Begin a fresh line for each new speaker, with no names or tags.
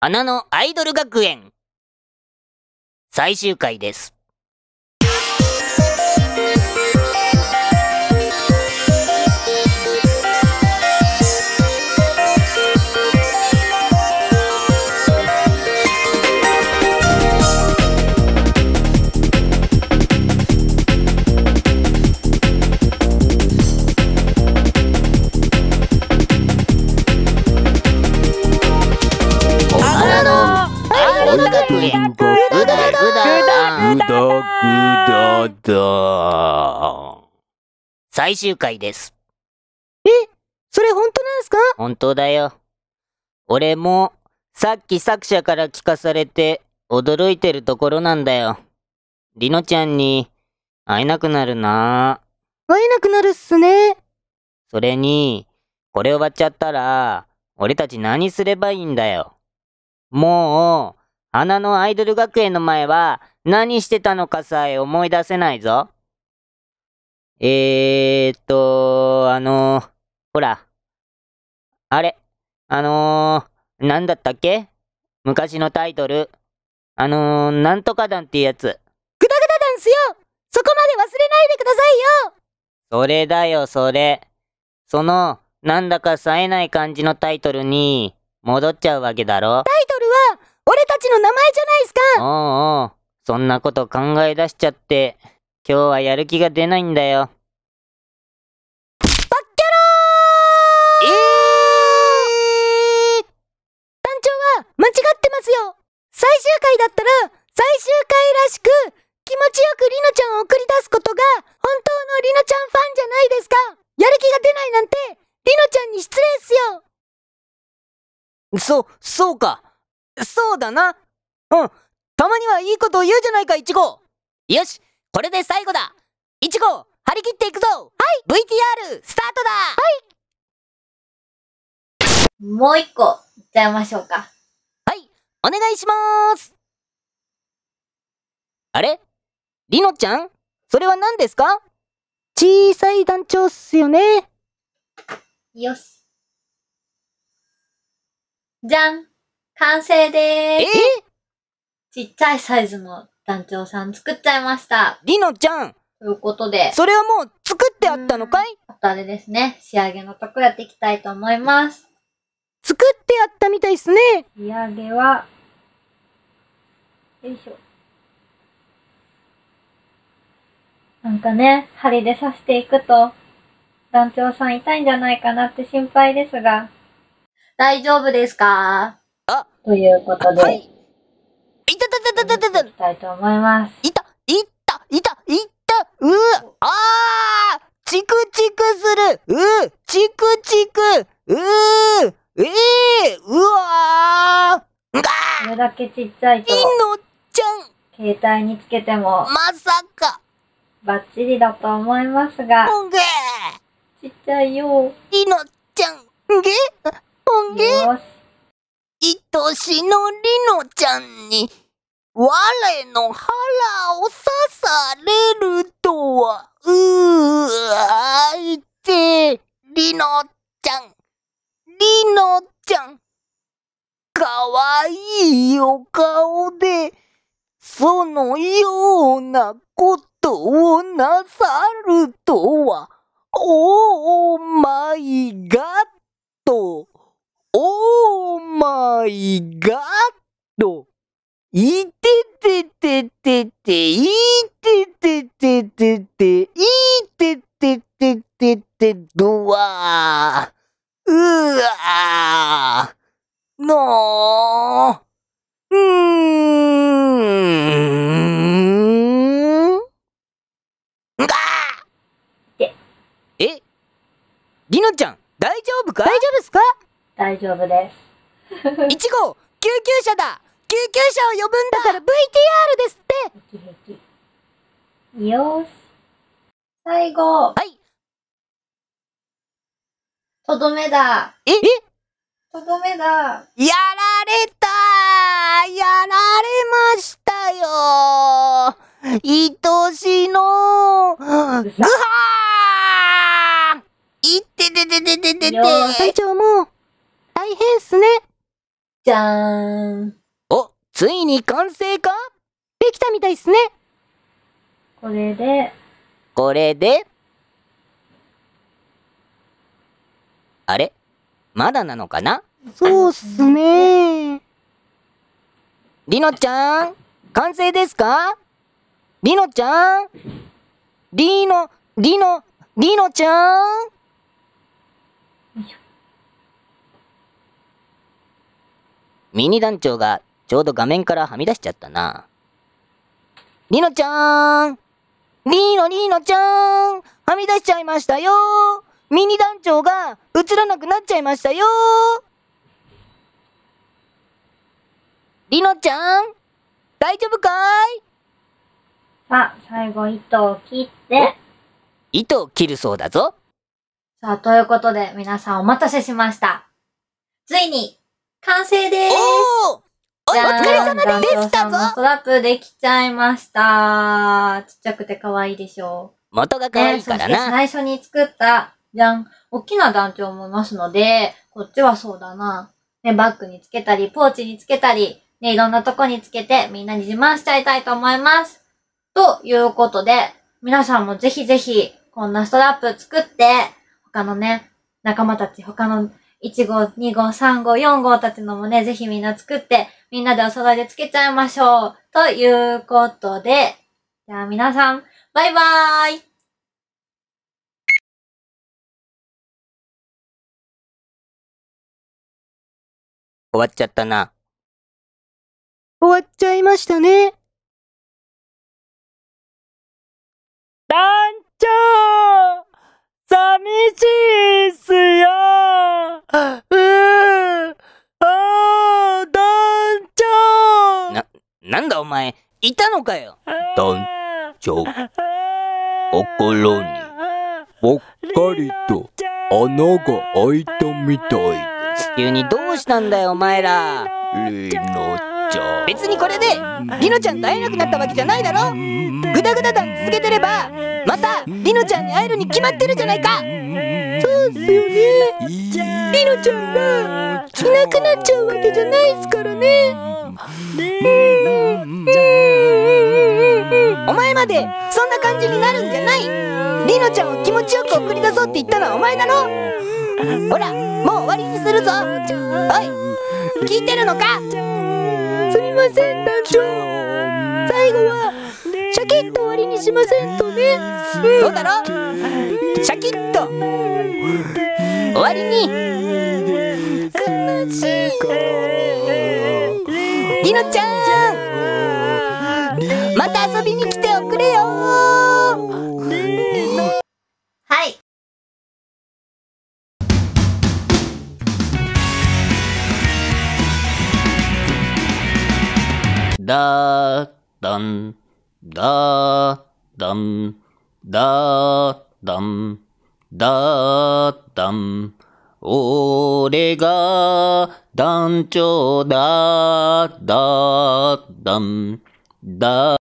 花のアイドル学園最終回です。花のアイドル学園うだうだ
ぐだぐだだ。
最終回です。
それ本当なんすか
本当だよ。俺も、さっき作者から聞かされて、驚いてるところなんだよ。りのちゃんに、会えなくなるなぁ。
会えなくなるっすね。
それに、これ終わっちゃったら、俺たち何すればいいんだよ。もう、花のアイドル学園の前は、何してたのかさえ思い出せないぞ。えーっと、あの、ほら。あれ、あのー、なんだったっけ昔のタイトル。あのー、なんとか団ってやつ。
ただんすよそこまで忘れないでくださいよ
それだよ、それ。その、なんだか冴えない感じのタイトルに、戻っちゃうわけだろ
タイトルは、俺たちの名前じゃないっすか
おうおう、そんなこと考え出しちゃって、今日はやる気が出ないんだよ。
バッキャローえー団長は間違ってますよ最終回だったら、最終回らしく、気持ちよくりのちゃんを送り出すことが、本当のりのちゃんファンじゃないですかやる気が出ないなんて、りのちゃんに失礼っすよ
そ、そうか。そうだな。うん。たまにはいいことを言うじゃないか、いちご。よし、これで最後だ。いちご、張り切っていくぞ。はい。VTR、スタートだ。
もう一個、いっちゃいましょうか。
お願いしますあれりのちゃんそれは何ですか
小さい団長っすよね
よし。じゃん完成でーすちっちゃいサイズの団長さん作っちゃいました。
りのちゃん
ということで、
それはもう作ってあったのかい
あとあれですね、仕上げのところやっていきたいと思います。
作ってやったみたいっすね
仕上げは、よいしょ。なんかね、針で刺していくと、団長さん痛いんじゃないかなって心配ですが、大丈夫ですか
あ
ということで、
はいいたたたたたたた
いきたいと思います。
いたいたいたいたうーあーチクチクするうーチクチクうーえー、うわーうわー
これだけちっちゃいと
り、のちゃ
携帯につけても
んまさか
バッチリだと思いますが、
ほんげー
ちっちゃいよ。よ
りのちゃんんげほんげ
し。
愛しのりのちゃんに、我の腹を刺されるとは、うー、あいて、りのちゃん、りのちゃん。かわいいお顔で、そのようなことをなさるとは、オーマイガット。オーマイガッドいててててて、いててててて、いててててて、ドワー。うわー。のー。うーん。がー
え
えりのちゃん、大丈夫かい
大丈夫っすか
大丈夫です。
いちご救急車だ救急車を呼ぶんだ
だから VTR ですって
ヘキヘキ。よし。最後。
はい。
とどめだ。
え
とどめだ。
やられたやられましたよ愛しのぐはーいっててててててて
よー
隊長も、大変っすね。
じゃーん。
お、ついに完成か
できたみたいっすね。
これで、
これであれまだなのかな
そうっすね。
りのちゃん完成ですかりのちゃんりの、りの、りのちゃんミニ団長がちょうど画面からはみ出しちゃったな。りのちゃんりのりのちゃんはみ出しちゃいましたよミニ団長が映らなくなっちゃいましたよりのちゃん大丈夫かい
さあ、最後糸を切って、
糸を切るそうだぞ。
さあ、ということで、皆さんお待たせしました。ついに、完成でーす
おおお
じゃーん
疲れ様で
団
し
長さ
た
んの
ぞ
トラップできちゃいました。ちっちゃくて可愛いでしょ
元が
う。
可愛いから
ねそし
な。
て最初に作った、じゃん、大きな団長もいますので、こっちはそうだな。ね、バッグにつけたり、ポーチにつけたり、ね、いろんなとこにつけて、みんなに自慢しちゃいたいと思います。ということで、皆さんもぜひぜひ、こんなストラップ作って、他のね、仲間たち、他の1号、2号、3号、4号たちのもね、ぜひみんな作って、みんなでお揃いでつけちゃいましょう。ということで、じゃあ皆さん、バイバーイ
終わっちゃったな。
終わっちゃいましたね。
団長寂しいっすようーあー団長
ななんだお前、いたのかよ
団長心にぽっかりと穴が開いたみたいです
急にどうしたんだよお前ら。
りのちゃん
別にこれで、りのちゃんと会えなくなったわけじゃないだろぐだぐだ談続けてれば、また、りのちゃんに会えるに決まってるじゃないか
そうっすよねりのちゃんがいなくなっちゃうわけじゃないっすからねうん
お前まで、そんな感じになるんじゃないりのちゃんを気持ちよく送り出そうって言ったのはお前だろほら、もう終わりにするぞおい聞いてるのか
すみません団長最後はシャキッと終わりにしませんとね
そうだろシャキッと終わりに
悲しい
りのちゃんまた遊びに来ておくれよ
はい。
だだんだだんだだんだだん俺が団長だだだんだ